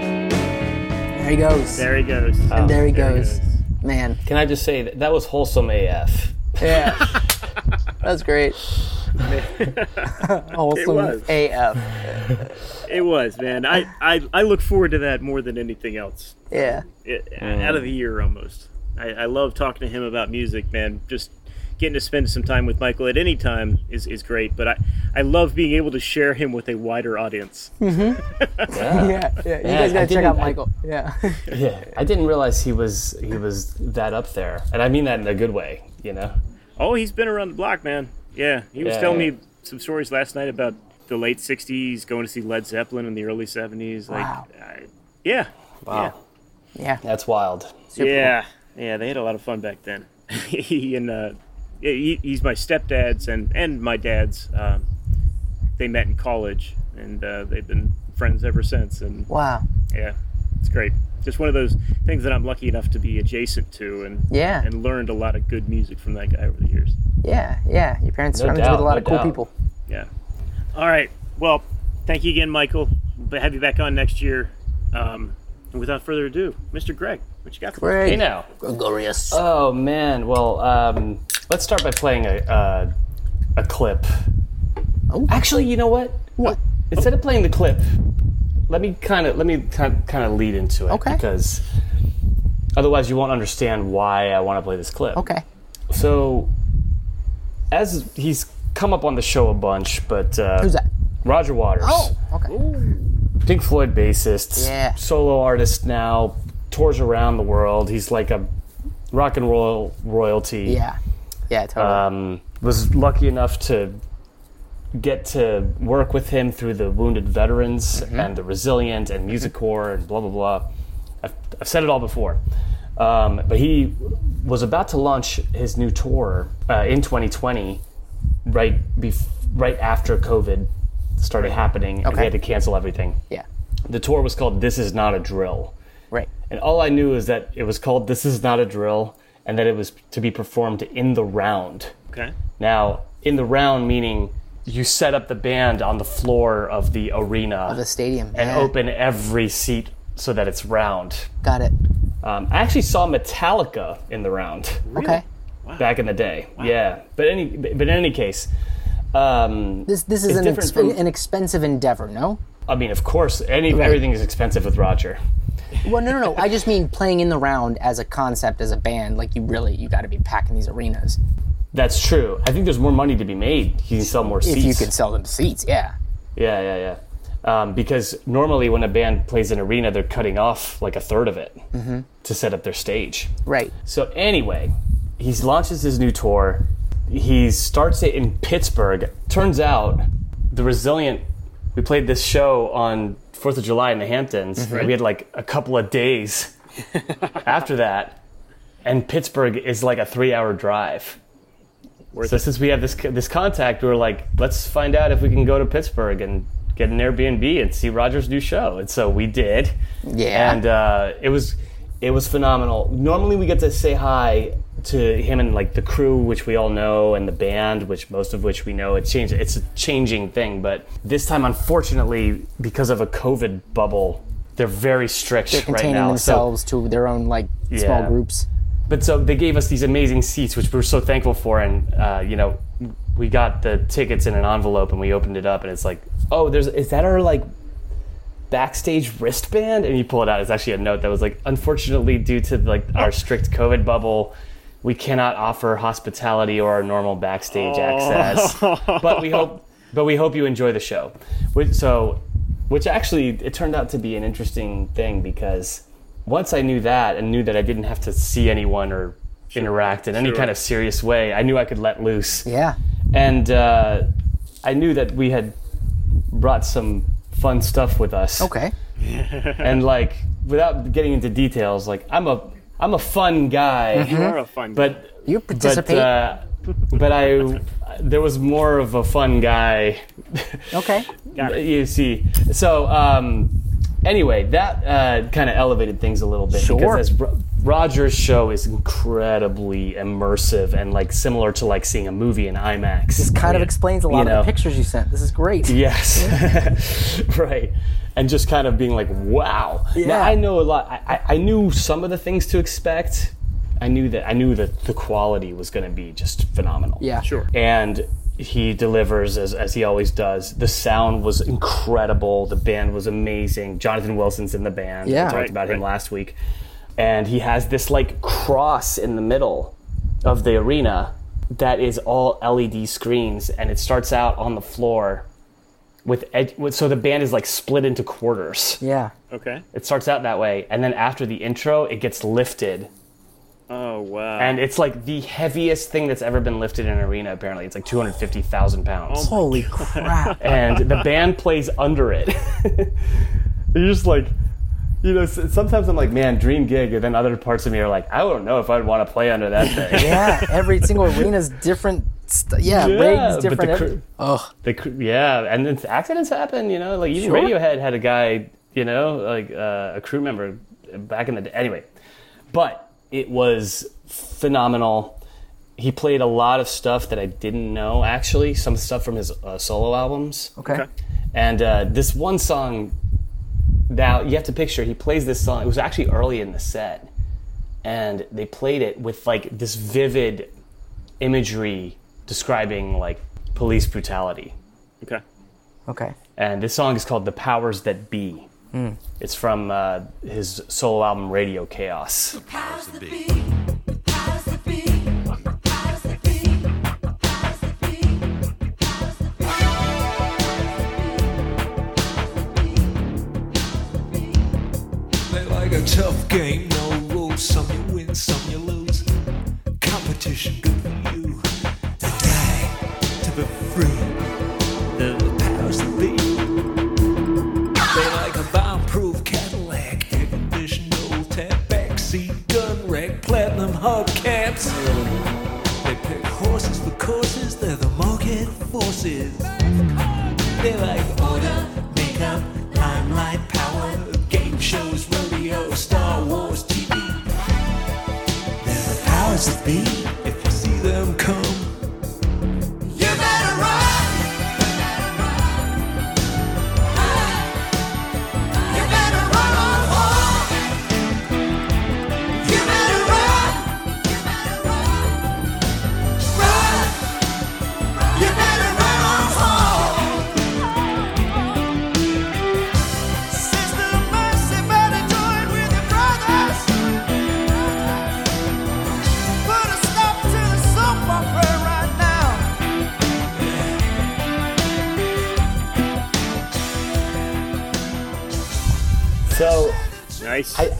There he goes. there uh, he goes. and there he goes. Man. Can I just say that that was wholesome AF? Yeah. That's great. Wholesome was. AF. It was, man. I, I, I look forward to that more than anything else. Yeah. It, Out of the year almost. I, I love talking to him about music, man. Just getting to spend some time with Michael at any time is, is great, but I, I love being able to share him with a wider audience. Yeah. Yeah. You guys I gotta check didn't- out I- Michael. Yeah. Yeah, I didn't realize he was he was that up there, and I mean that in a good way. You know, Oh, he's been around the block, man. Yeah, he was Yeah, telling yeah. me some stories last night about the late '60s, going to see Led Zeppelin in the early '70s. Like, Wow. I, yeah, Yeah. that's wild. Super yeah, yeah. They had a lot of fun back then. he and uh, yeah, he, he's my stepdad's and and my dad's. Uh, they met in college, and uh, they've been friends ever since. And cool. Wow. yeah, it's great. Just one of those things that I'm lucky enough to be adjacent to, and Yeah. and learned a lot of good music from that guy over the years. Yeah. Yeah. Your parents surrounded you doubt, with a lot no of cool doubt. people. Yeah. All right. Well, thank you again, Michael. But have you back on next year. Um, and without further ado, Mr. Greg, what you got? For us? Great. Hey now, Glorious. oh man. Well, um, let's start by playing a uh, a clip. Oh. Actually, you know what? Uh, What? Instead of playing the clip, let me kind of let me kind of lead into it Okay. because otherwise you won't understand why I want to play this clip. Okay. So, as he's come up on the show a bunch, but uh, Who's that? Roger Waters, Oh. Okay. Pink Floyd bassist, Yeah. solo artist now, tours around the world. He's like a rock and roll royalty. Yeah. Yeah. Totally. Um, was lucky enough to get to work with him through the Wounded Veterans and the Resilient and Music Corps and blah blah blah. I've, I've said it all before, um, but he was about to launch his new tour uh, in 2020, right bef- right after COVID started happening, and Okay. he had to cancel everything. yeah. The tour was called "This Is Not a Drill." Right. And all I knew is that it was called This Is Not a Drill and that it was to be performed in the round. Okay. Now, in the round meaning you set up the band on the floor of the arena The stadium. and yeah. open every seat so that it's round. Got it. Um, I actually saw Metallica in the round Okay. back in the day. Yeah, but any but in any case, um, This this is It's an, different exp- from- an expensive endeavor. No. I mean, of course, any everything is expensive with Roger. Well, no, no, no. I just mean playing in the round as a concept, as a band. Like you really, you got to be packing these arenas That's true. I think there's more money to be made. You can sell more seats. if you can sell them seats. Yeah. Yeah, yeah, yeah. Um, because normally when a band plays an arena, they're cutting off like a third of it Mm-hmm. to set up their stage. Right. So anyway, he launches his new tour. He starts it in Pittsburgh. Turns out, the Resilient. We played this show on Fourth of July in the Hamptons. Mhm. and We had like a couple of days after that, and Pittsburgh is like a three-hour drive. Worth So it. since we have this this contact, we were like, let's find out if we can go to Pittsburgh and get an Airbnb and see Roger's new show. And so we did. Yeah. And uh, it was it was phenomenal. Normally we get to say hi to him and like the crew, which we all know, and the band, which most of which we know. It's changed. It's a changing thing, but this time, unfortunately, because of a COVID bubble, they're very strict They're right containing now. So themselves to their own like small Yeah. groups. but so they gave us these amazing seats, which we were so thankful for. And uh, you know, we got the tickets in an envelope, and we opened it up, and it's like, oh, there's is that our like backstage wristband? And you pull it out. It's actually a note that was like, unfortunately, due to like our strict COVID bubble. We cannot offer hospitality or our normal backstage access, but we hope, but we hope you enjoy the show. Which, so, which actually it turned out to be an interesting thing because once I knew that and knew that I didn't have to see anyone or interact in any Sure. kind of serious way, I knew I could let loose. Yeah. And uh, I knew that we had brought some fun stuff with us. Okay. And like, without getting into details, like I'm a I'm a fun guy, you are a fun. but You participate. But, uh, but I there was more of a fun guy okay. you see. So, um, anyway, that uh, kind of elevated things a little bit Sure. because as Ro- Roger's show is incredibly immersive and like similar to like seeing a movie in IMAX. This kind of explains a lot You of know. the pictures you sent. This is great. Yes. right. And just kind of being like, wow. Yeah. Now, I know a lot. I, I, I knew some of the things to expect. I knew that I knew that the quality was going to be just phenomenal. Yeah. Sure. And he delivers as, as he always does. The sound was incredible. The band was amazing. Jonathan Wilson's in the band. Yeah. We talked Right, about him right. last week. And he has this like cross in the middle of the arena that is all LED screens, and it starts out on the floor with, ed- with so the band is like split into quarters. Yeah. okay. It starts out that way, and then after the intro, it gets lifted, Oh wow. and it's like the heaviest thing that's ever been lifted in an arena. Apparently, it's like two hundred fifty thousand pounds, Holy crap. and the band plays under it. You're just like. You know, s- sometimes I'm like, man, dream gig, and then other parts of me are like, I don't know if I'd want to play under that thing. yeah. Every single arena's different. St- yeah, Rigs but different. the every- cr- Ugh. the cr- yeah, and then accidents happen. You know, like even Sure. Radiohead had a guy, you know, like uh, a crew member back in the day. Anyway, but it was phenomenal. He played a lot of stuff that I didn't know actually. Some stuff from his uh, solo albums. Okay. Okay. And uh, this one song, now you have to picture, he plays this song. It was actually early in the set. And they played it with like this vivid imagery describing like police brutality. okay. Okay. And this song is called The Powers That Be. It's from uh, his solo album Radio Chaos. Powers that be, the powers that be, the powers that be, the powers that be, the powers that be. They like a tough game, no rules. Some you win, some you lose. Competition good for you. To die, to be free. The powers that be. They like a bomb-proof Cadillac, air conditioned old tap, backseat gun rack, platinum hubcaps. They pick horses for courses. They're the market forces. They like order, makeup, limelight, power, game shows, rodeo, Star Wars, TV. They're the powers that be. If you see them come, You better run. You better run on home. You better run. You better run. Run. You better run on home. Sister Mercy better join with your brothers. Put a stop to the soap opera right now. So Nice. I,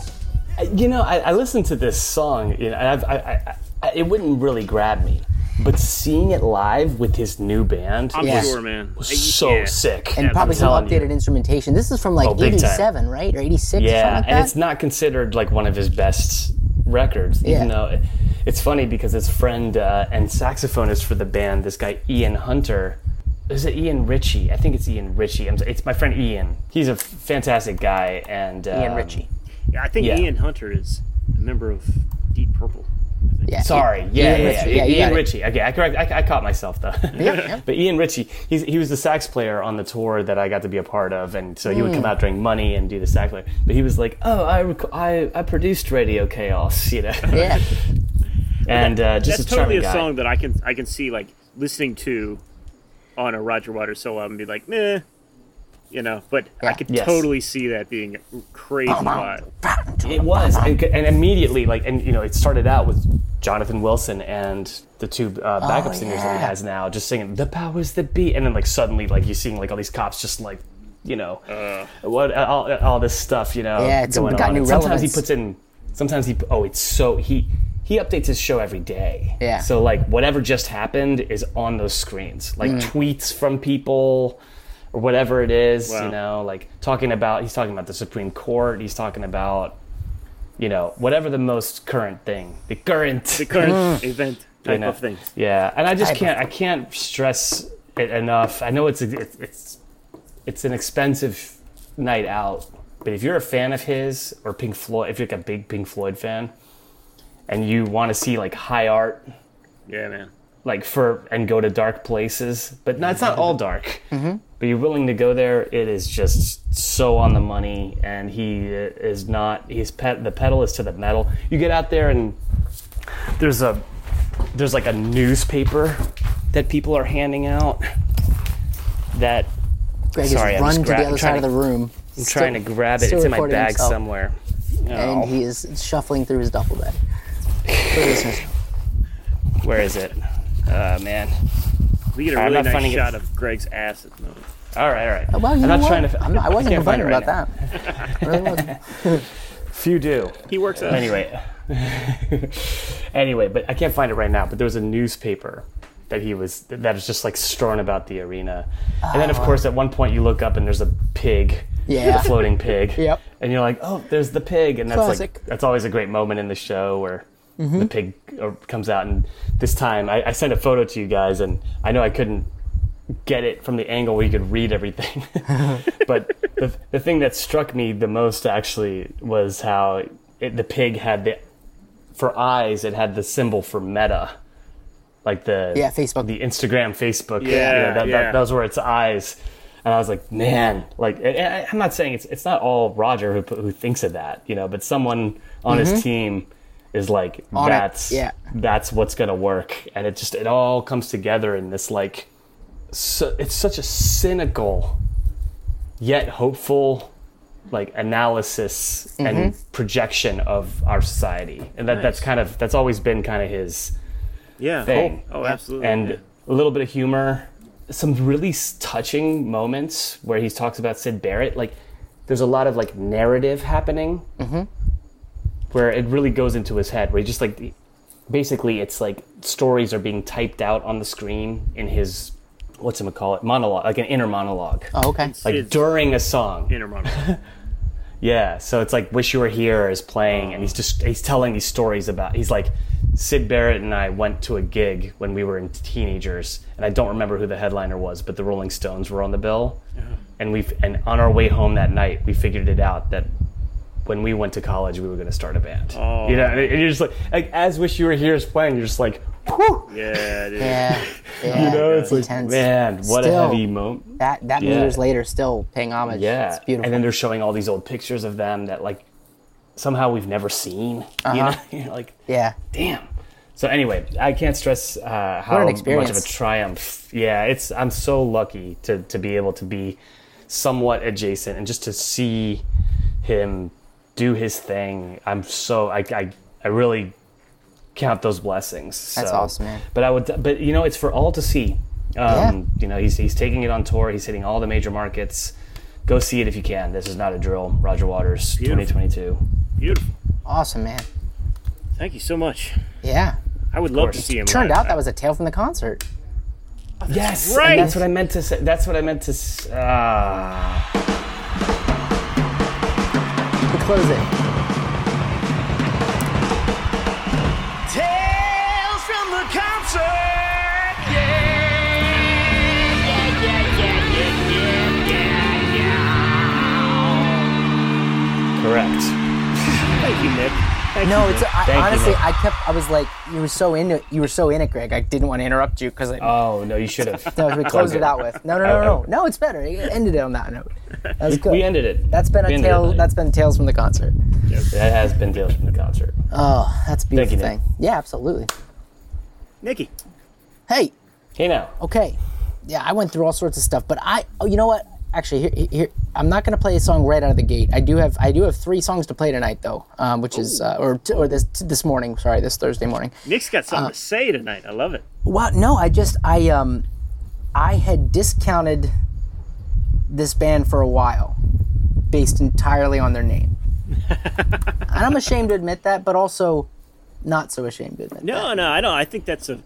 I- you know, I, I listened to this song, you know, and I've, I, I, I, it wouldn't really grab me, but seeing it live with his new band am Yeah. sure, man. was I- so yeah. sick. And I'm probably some telling you. updated instrumentation. This is from like Oh, big time. 87, right? Or 86 or yeah, something like that? and it's not considered like one of his best records, Yeah. even though it, It's funny because his friend uh, and saxophonist for the band, this guy Ian Hunter, is it Ian Ritchie? I think it's Ian Ritchie. I'm, so- it's my friend Ian. He's a f- fantastic guy, and um, Ian Ritchie. Yeah, I think Yeah. Ian Hunter is a member of Deep Purple. Yeah. Sorry, yeah, Ian yeah, Ritchie. yeah, Yeah, you got Ian it. Ritchie. Okay, I, correct, I, I caught myself though. yeah. but Ian Ritchie, he's, he was the sax player on the tour that I got to be a part of, and so he would Mm. come out during Money and do the sax player. But he was like, "Oh, I rec- I, I produced Radio Chaos," you know, Yeah. and uh, just That's a totally charming a guy. song that I can I can see like listening to on a Roger Waters solo album and be like, meh, you know. But I could Yes. Oh, totally see that being crazy wild. It was, and, and immediately, like, and you know, it started out with Jonathan Wilson and the two uh, backup singers that he Oh, yeah. has now, just singing "The Powers That Be," and then like suddenly, like you seeing like all these cops just like, you know, what uh, all, all this stuff, you know, Yeah, it's going got on. new And sometimes he relevance. puts in, sometimes he, oh, it's so he he updates his show every day. Yeah. So like whatever just happened is on those screens, Mm. like tweets from people or whatever it is, Wow. you know, like talking about he's talking about the Supreme Court, he's talking about you know, whatever the most current thing, the current The Mm. current event type know. of thing. yeah, and I just Type of can't. I can't stress it enough. I know it's it's it's, it's an expensive night out, but if you're a fan of his or Pink Floyd, if you're like a big Pink Floyd fan, and you want to see like high art, Yeah, man. like for and go to dark places, but not, it's not all dark. Mm-hmm. But you're willing to go there. It is just so on the money, and he is not. He's pet. The pedal is to the metal. You get out there and there's a there's like a newspaper that people are handing out that Greg Sorry, has I'm run to just gra- the I'm other trying side of the to- room. I'm trying to grab it. It's in my bag somewhere. Oh, And he is shuffling through his duffel bag. For listeners. where is it? Oh man. We get a I'm really not nice finding it. shot of Greg's ass at the moment. All right, all right. Well, you I'm know not what? trying to. I'm not, I wasn't can't find complaining it right about that. I really wasn't. now. Few do. He works out. anyway anyway but i can't find it right now but there was a newspaper that he was that was just like strewn about the arena and then of course at one point you look up and there's a pig Oh. Yeah. a floating pig Yep. and you're like oh there's the pig and that's Classic. Mm-hmm. like that's always a great moment in the show where the pig uh, comes out and this time I, I sent a photo to you guys and i know i couldn't get it from the angle where you could read everything but the, the thing that struck me the most actually was how it, the pig had the for eyes it had the symbol for meta like the Yeah, Facebook. the instagram facebook you know, Yeah, that, yeah. That, those were its eyes and i was like man like and I, i'm not saying it's it's not all roger who, put- who thinks of that you know but someone on his team is like it, that's yeah. that's what's gonna work and it just it all comes together in this like so, it's such a cynical yet hopeful like analysis and projection of our society and that that's kind of that's always been kind of his Yeah. thing. Oh, oh, absolutely. and yeah. a little bit of humor some really s- touching moments where he talks about sid barrett like there's a lot of like narrative happening Mm-hmm. where it really goes into his head where he just like the- basically it's like stories are being typed out on the screen in his what's him call it monologue like an inner monologue Oh, okay. like It's during a song inner monologue. yeah, so it's like "Wish You Were Here" is playing, and he's just he's telling these stories about. He's like, Sid Barrett and I went to a gig when we were in teenagers, and I don't remember who the headliner was, but the Rolling Stones were on the bill, and we and on our way home that night we figured it out that when we went to college we were going to start a band. Oh. You know, and you're just like, like as "Wish You Were Here" is playing, you're just like, whew, yeah, dude. Yeah. yeah. you know, it's like, intense. man, what Still. a heavy moment. That that many Yeah. years later, still paying homage. Yeah, It's beautiful. And then they're showing all these old pictures of them that like somehow we've never seen. Uh-huh. You know, You're like yeah. damn. So anyway, I can't stress uh, an how much of a experience. triumph. Yeah, it's I'm so lucky to to be able to be somewhat adjacent and just to see him do his thing. I'm so I I, I really count those blessings. That's So- awesome, man. But I would but you know it's for all to see. Um, You know he's he's taking it on tour. He's hitting all the major markets. Go see it if you can. This is not a drill. Roger Waters, Beautiful. 2022. Beautiful. Awesome, man. Thank you so much. Yeah. I would love to see him. Turned live. out that was a tale from the concert. Yes, and right. that's what I meant to say. That's what I meant to. s- uh, Ah, To close it. take Thank no, you. it's I, Thank you, honestly, man. I kept. I was like, you were so into, you were so in it, Greg. I didn't want to interrupt you because I Oh no, you should have. no, we closed Okay. it out with. No, no, no, no, no. No, it's better. It ended it on that note. That's good. we ended it. That's been We a ended tale. it. That's been tales from the concert. that has been tales from the concert. Oh, that's a beautiful you, Nick. thing. Yeah, absolutely. Nikki. Hey, Hey now, okay. Yeah, I went through all sorts of stuff, but I. Oh, you know what? Actually, here, here I'm not gonna play a song right out of the gate. I do have I do have three songs to play tonight though, um, which is uh, or t- or this t- this morning. Sorry, this Thursday morning. Nick's got something Uh. to say tonight. I love it. Well, no, I just I um I had discounted this band for a while based entirely on their name. and I'm ashamed to admit that, but also not so ashamed to admit that. No, no, I don't. I think that's a.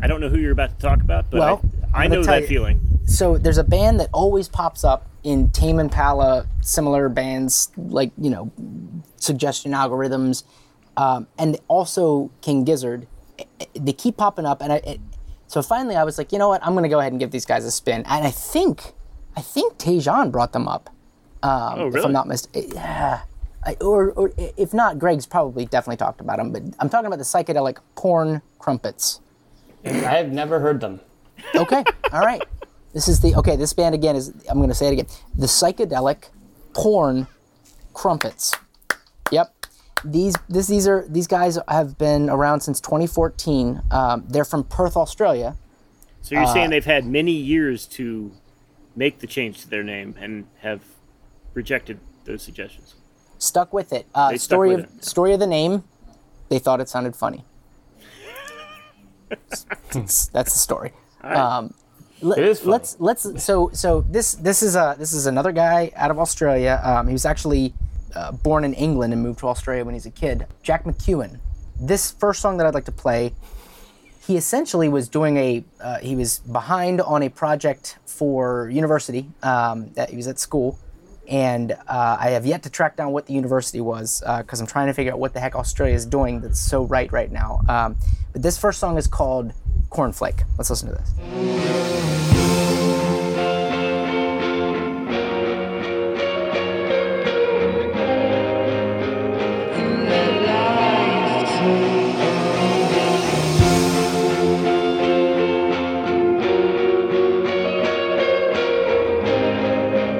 I don't know who you're about to talk about, but Well, I, I I'm gonna know tell that you- feeling. So there's a band that always pops up in Tame Impala, similar bands like, you know, suggestion algorithms, um, and also King Gizzard. eh, eh, They keep popping up, and I. It, so finally, I was like, you know what? I'm going to go ahead and give these guys a spin. And I think, I think Tejan brought them up. Um, Oh, If really? I'm not mistaken, yeah. I, or, or i- if not, Greg's probably definitely talked about them. But I'm talking about the psychedelic porn crumpets. I have never heard them. Okay, all right. This is the okay. This band again is. I'm going to say it again. The psychedelic porn crumpets. Yep. These this these are these guys have been around since 2014. Um, they're from Perth, Australia. So you're Uh, saying they've had many years to make the change to their name and have rejected those suggestions. Stuck with it. Uh, They stuck story with of it. story of the name. They thought it sounded funny. that's the story. Um, let, It is funny. Let's let's so so this this is a this is another guy out of Australia. Um, he was actually uh, born in England and moved to Australia when he was a kid. Jack McEwen. This first song that I'd like to play, he essentially was doing a uh, he was behind on a project for university um, that he was at school, and uh, I have yet to track down what the university was because I'm trying to figure out what the heck Australia is doing that's so right right now. Um, but this first song is called Cornflake. Let's listen to this.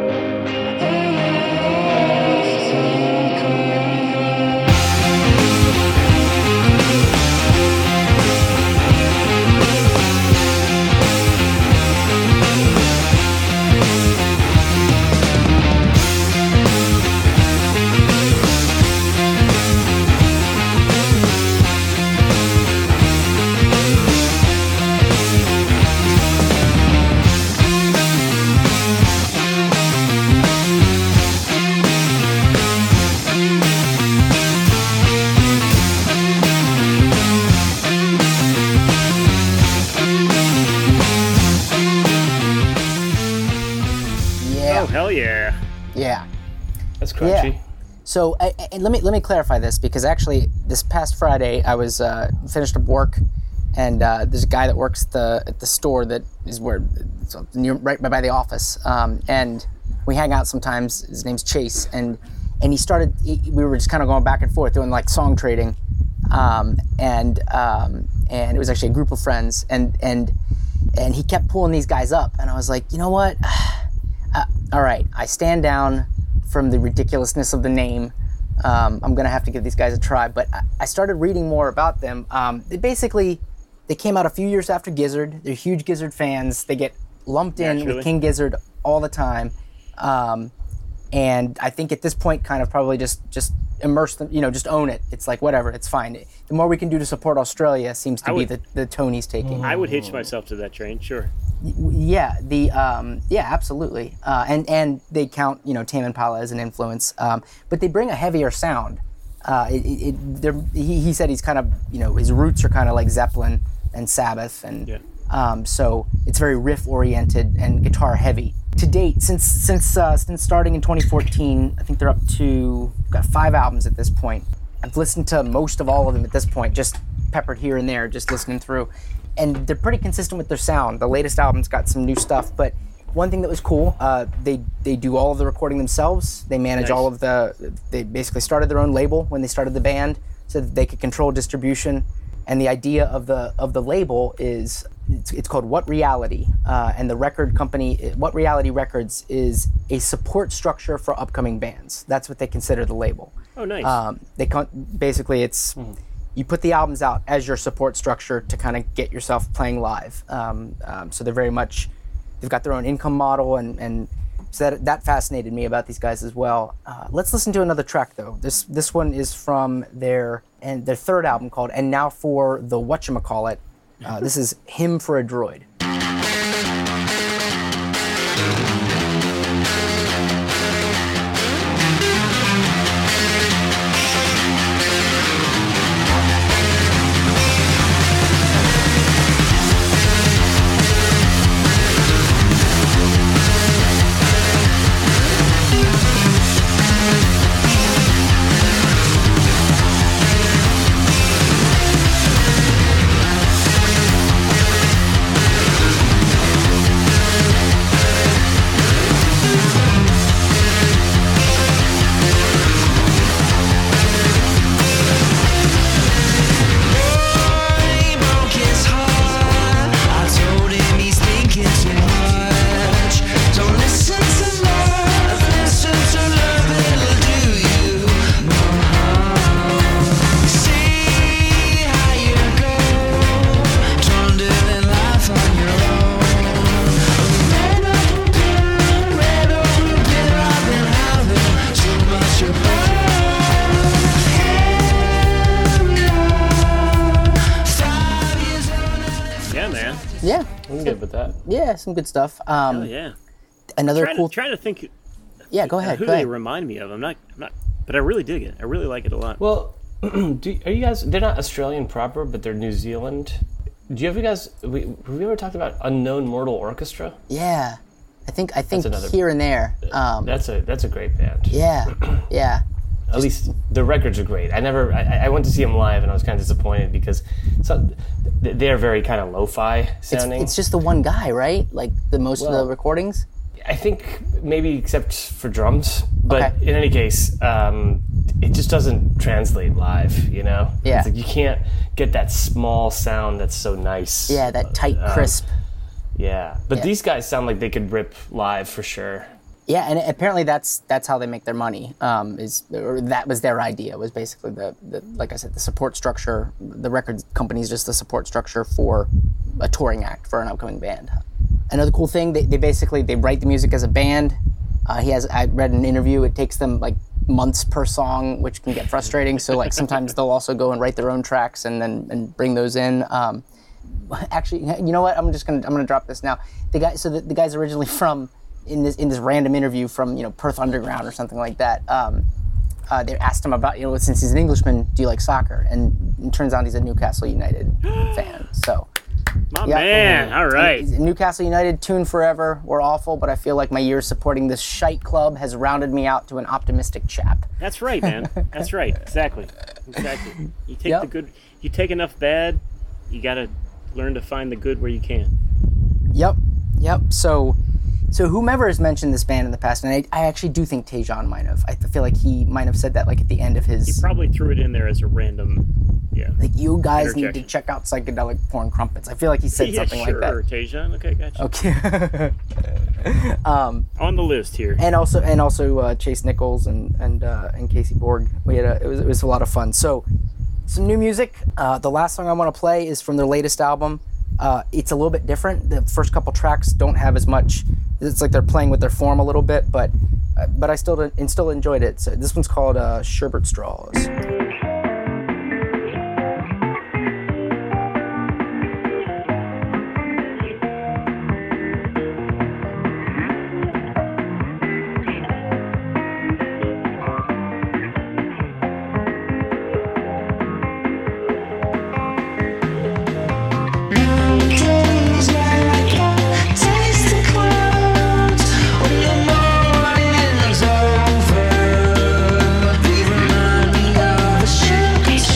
Oh Yeah, Oh, hell yeah! yeah. That's crunchy. Yeah. So, I, I- and let me let me clarify this because actually, this past Friday, I was uh, finished up work, and uh, there's a guy that works at the at the store that is where it's near, right by the office, um, and we hang out sometimes. His name's Chase, and and he started. He, we were just kind of going back and forth doing like song trading, um, and um, and it was actually a group of friends, and and and he kept pulling these guys up, and I was like, you know what? all right, I stand down from the ridiculousness of the name. Um, I'm gonna have to give these guys a try. But I, I started reading more about them. Um, they basically they came out a few years after Gizzard. They're huge Gizzard fans. They get lumped in Naturally. with King Gizzard all the time. Um, and I think at this point, kind of probably just just immerse them. You know, just own it. It's like whatever. It's fine. The more we can do to support Australia seems to be would- the, the tone he's taking. I would Oh. hitch myself to that train, sure. Yeah, the um, yeah, absolutely, uh, and and they count you know Tame Impala as an influence, um, but they bring a heavier sound. Uh, it, it, it, they're- he, he said he's kind of you know his roots are kind of like Zeppelin and Sabbath, and Yeah. um, so it's very riff oriented and guitar heavy. To date, since since uh, since starting in 2014, I think they're up to got five albums at this point. I've listened to most of all of them at this point, just peppered here and there, just listening through. And they're pretty consistent with their sound. The latest album's got some new stuff, but one thing that was cool, uh, they they do all of the recording themselves. They manage all of the. They basically started their own label when they started the band. so that they could control distribution. And the idea of the of the label is it's, it's called What Reality, uh, and the record company What Reality Records is a support structure for upcoming bands. That's what they consider the label. Oh, nice. Um, they con- basically it's Mm-hmm. you put the albums out as your support structure to kind of get yourself playing live. Um, um, so they're very much they've got their own income model and and so that that fascinated me about these guys as well. Uh, let's listen to another track though. This this one is from their and their third album called and now for the whatchamacallit. Uh, this is him for a droid. He broke his heart. I told him he's thinking too much. Don't listen to love, listen to love, it'll do you more harm. See how you go, trundling life on your own. Red over blue, red over blue, I've been having too much of Five years yeah, man. Yeah, I'm good with that. yeah, some good stuff. Um, Oh, yeah. Another Trying cool. to, trying to think yeah, go ahead. who Go they ahead. remind me of. I'm not, I'm not, but I really dig it. I really like it a lot. Well, do, are you guys? They're not Australian proper, but they're New Zealand. Do you ever guys? We, have we ever talked about Unknown Mortal Orchestra? yeah, I think I think another- here and there. Um, That's a that's a great band. yeah, yeah. At least the records are great. I never. I, I went to see them live, and I was kind of disappointed because so, th- they're very kind of lo-fi sounding. It's just the one guy, right? Like the most of Well- the recordings. I think maybe except for drums, but Okay. in any case, um, it just doesn't translate live. You know, Yeah. It's like you can't get that small sound that's so nice. Yeah, that tight, Um, crisp. Yeah, but Yeah. these guys sound like they could rip live for sure. Yeah, and apparently that's that's how they make their money. Um, is or that was their idea was basically the, the like I said the support structure. The record company is just the support structure for a touring act for an upcoming band. Another cool thing they, they basically they write the music as a band. Uh, he has I read an interview. It takes them like months per song, which can get frustrating. so like sometimes they'll also go and write their own tracks and then and bring those in. Um, actually you know what i'm just gonna i'm gonna drop this now the guy so the, the guy's originally from in this in this random interview from you know perth underground or something like that um, uh, they asked him about you know since he's an englishman do you like soccer and it turns out he's a newcastle united fan so My yeah. man. All right. he's a newcastle united tune forever we're awful but i feel like my years supporting this shite club has rounded me out to an optimistic chap That's right, man. That's right. Exactly. Exactly. You take Yep. the good. You take enough bad. You gotta learn to find the good where you can. Yep, yep. So, so whomever has mentioned this band in the past, and I, I actually do think Tejan might have. I feel like he might have said that like at the end of his, Probably threw it in there as a random. Yeah. like you guys need to Interjection. check out psychedelic porn crumpets. I feel like he said yeah, something sure, like Tejan. Okay, gotcha. that. Okay. On the list here. and also and also uh, Chase Nichols and and uh, and Casey Borg. We had a, it was it was a lot of fun. So some new music. Uh, the last song I want to play is from their latest album. Uh, it's a little bit different. The first couple tracks don't have as much. It's like they're playing with their form a little bit, but uh, but I still and still enjoyed it. So this one's called uh, Sherbert Straws. Days where I can taste the clouds when the morning's over. They remind me of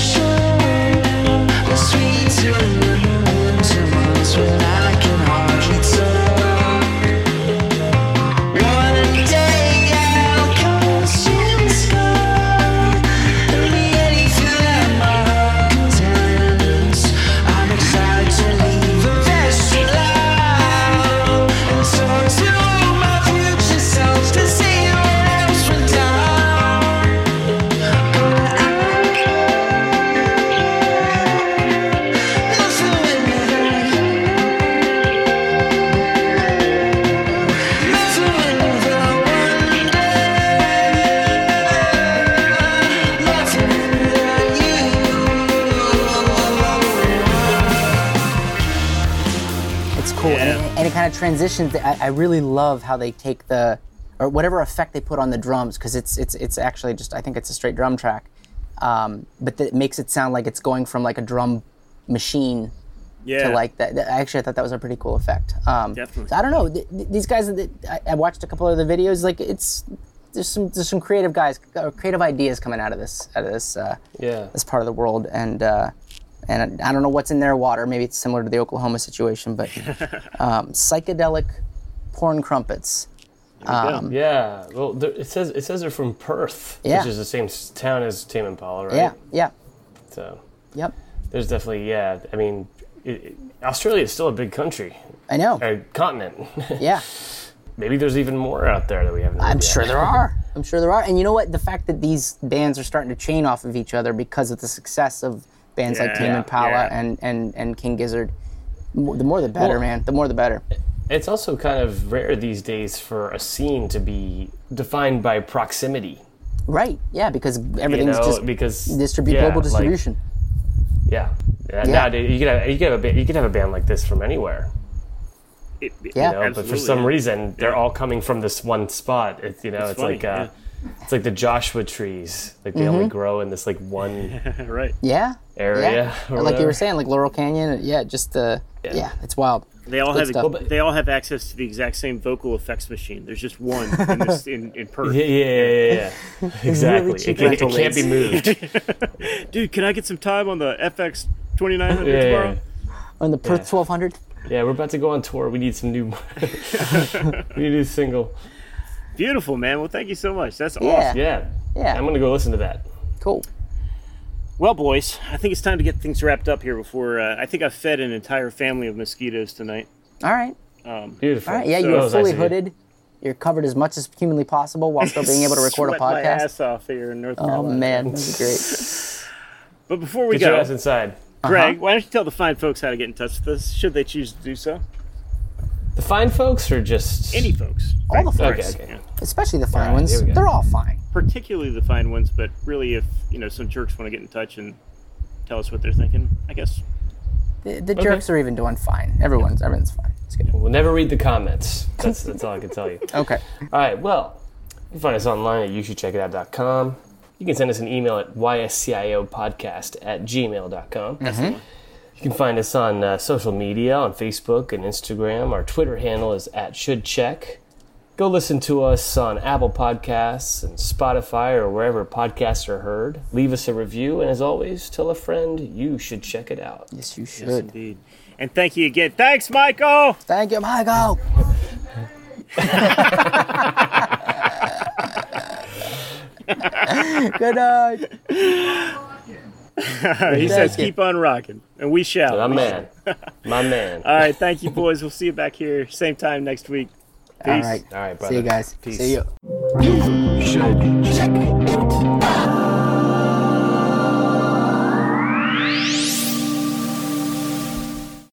kind of transitions. that I, I really love how they take the or whatever effect they put on the drums because it's it's it's actually just I think it's a straight drum track, um, but that makes it sound like it's going from like a drum machine Yeah. to like that. that- Actually, I thought that was a pretty cool effect. Um, Definitely. so I don't know. Th- th- these guys, that I, I watched a couple of the videos. Like it's there's some there's some creative guys, or creative ideas coming out of this out of this uh, Yeah. this part of the world, and uh, and I don't know what's in their water. Maybe it's similar to the Oklahoma situation, but um, psychedelic porn crumpets. Um, Yeah. Well, there, it says it says they're from Perth, Yeah. which is the same s- town as Tame Impala, right? Yeah, yeah, So yep. there's definitely yeah. I mean, it, it- Australia is still a big country, I know. a continent. Yeah, Maybe there's even more out there that we haven't. I'm heard yet. sure there are. I'm sure there are. And you know what? The fact that these bands are starting to chain off of each other because of the success of bands like Yeah, Tame Impala yeah. and, and, and King Gizzard, m- the more the better, Well- man. The more the better. It's also kind of rare these days for a scene to be defined by proximity. Right? Yeah, because You everything's know, just because distribute yeah, global like- distribution. yeah. Yeah. Yeah. Nowadays, you can have you can have a ba- you can have a band like this from anywhere. It, it- Yeah. you know, but for Absolutely, some yeah. reason they're Yeah. all coming from this one spot. It's you know, it's, funny, like uh, it's like the Joshua trees. Like they only grow in this like one Right. yeah. area. Mm-hmm. yeah. or Like you whatever. were saying, like Laurel Canyon. Yeah, just the yeah, it's wild. They all have stuff. Well, but- they all have access to the exact same vocal effects machine. There's just one in, this, in, in Perth. Yeah, yeah, yeah, yeah, yeah. exactly. cheap it, can, rental it can't be moved. Dude, can I get some time on the FX 2900 Yeah, tomorrow? yeah. On the Perth Yeah. 1200. Yeah, we're about to go on tour. We need some new. we need a new single. Beautiful, man. Well, thank you so much. That's Yeah. awesome. Yeah. Yeah. I'm gonna go listen to that. Cool. Well, boys, I think it's time to get things wrapped up here before uh, I think I've fed an entire family of mosquitoes tonight. All right. Beautiful. All right. Yeah, So- you That are was fully nice of you. hooded. You're covered as much as humanly possible while still being able to record a Sweat my podcast. ass off here in North Oh Carolina. man, that's great. But before we Get your ass go, inside. Uh-huh. Greg, why don't you tell the fine folks how to get in touch with us, should they choose to do so? The fine folks are just Any folks, All the fine, Okay, okay. Yeah. especially the fine All right, ones. here we go. They're all fine. particularly the fine ones, but really, if you know some jerks want to get in touch and tell us what they're thinking, I guess The, the jerks are even doing fine. Everyone's everyone's fine. It's good. We'll never read the comments. That's that's all I can tell you. Okay. All right, well, you can find us online at youshouldcheckitout.com. You can send us an email at ysciopodcast at gmail.com. You can find us on uh, social media, on Facebook and Instagram. Our Twitter handle is at shouldcheck. Go listen to us on Apple Podcasts and Spotify or wherever podcasts are heard. Leave us a review, and as always, tell a friend you should check it out. Yes, you should. indeed. And thank you again. Thanks, Michael. Thank you, Michael. good night. he says, you. "Keep on rocking," and we shall. My man. My man. All right, thank you, boys. We'll see you back here same time next week. Peace. All right. All right, brother. See you guys. Peace. See you. Check it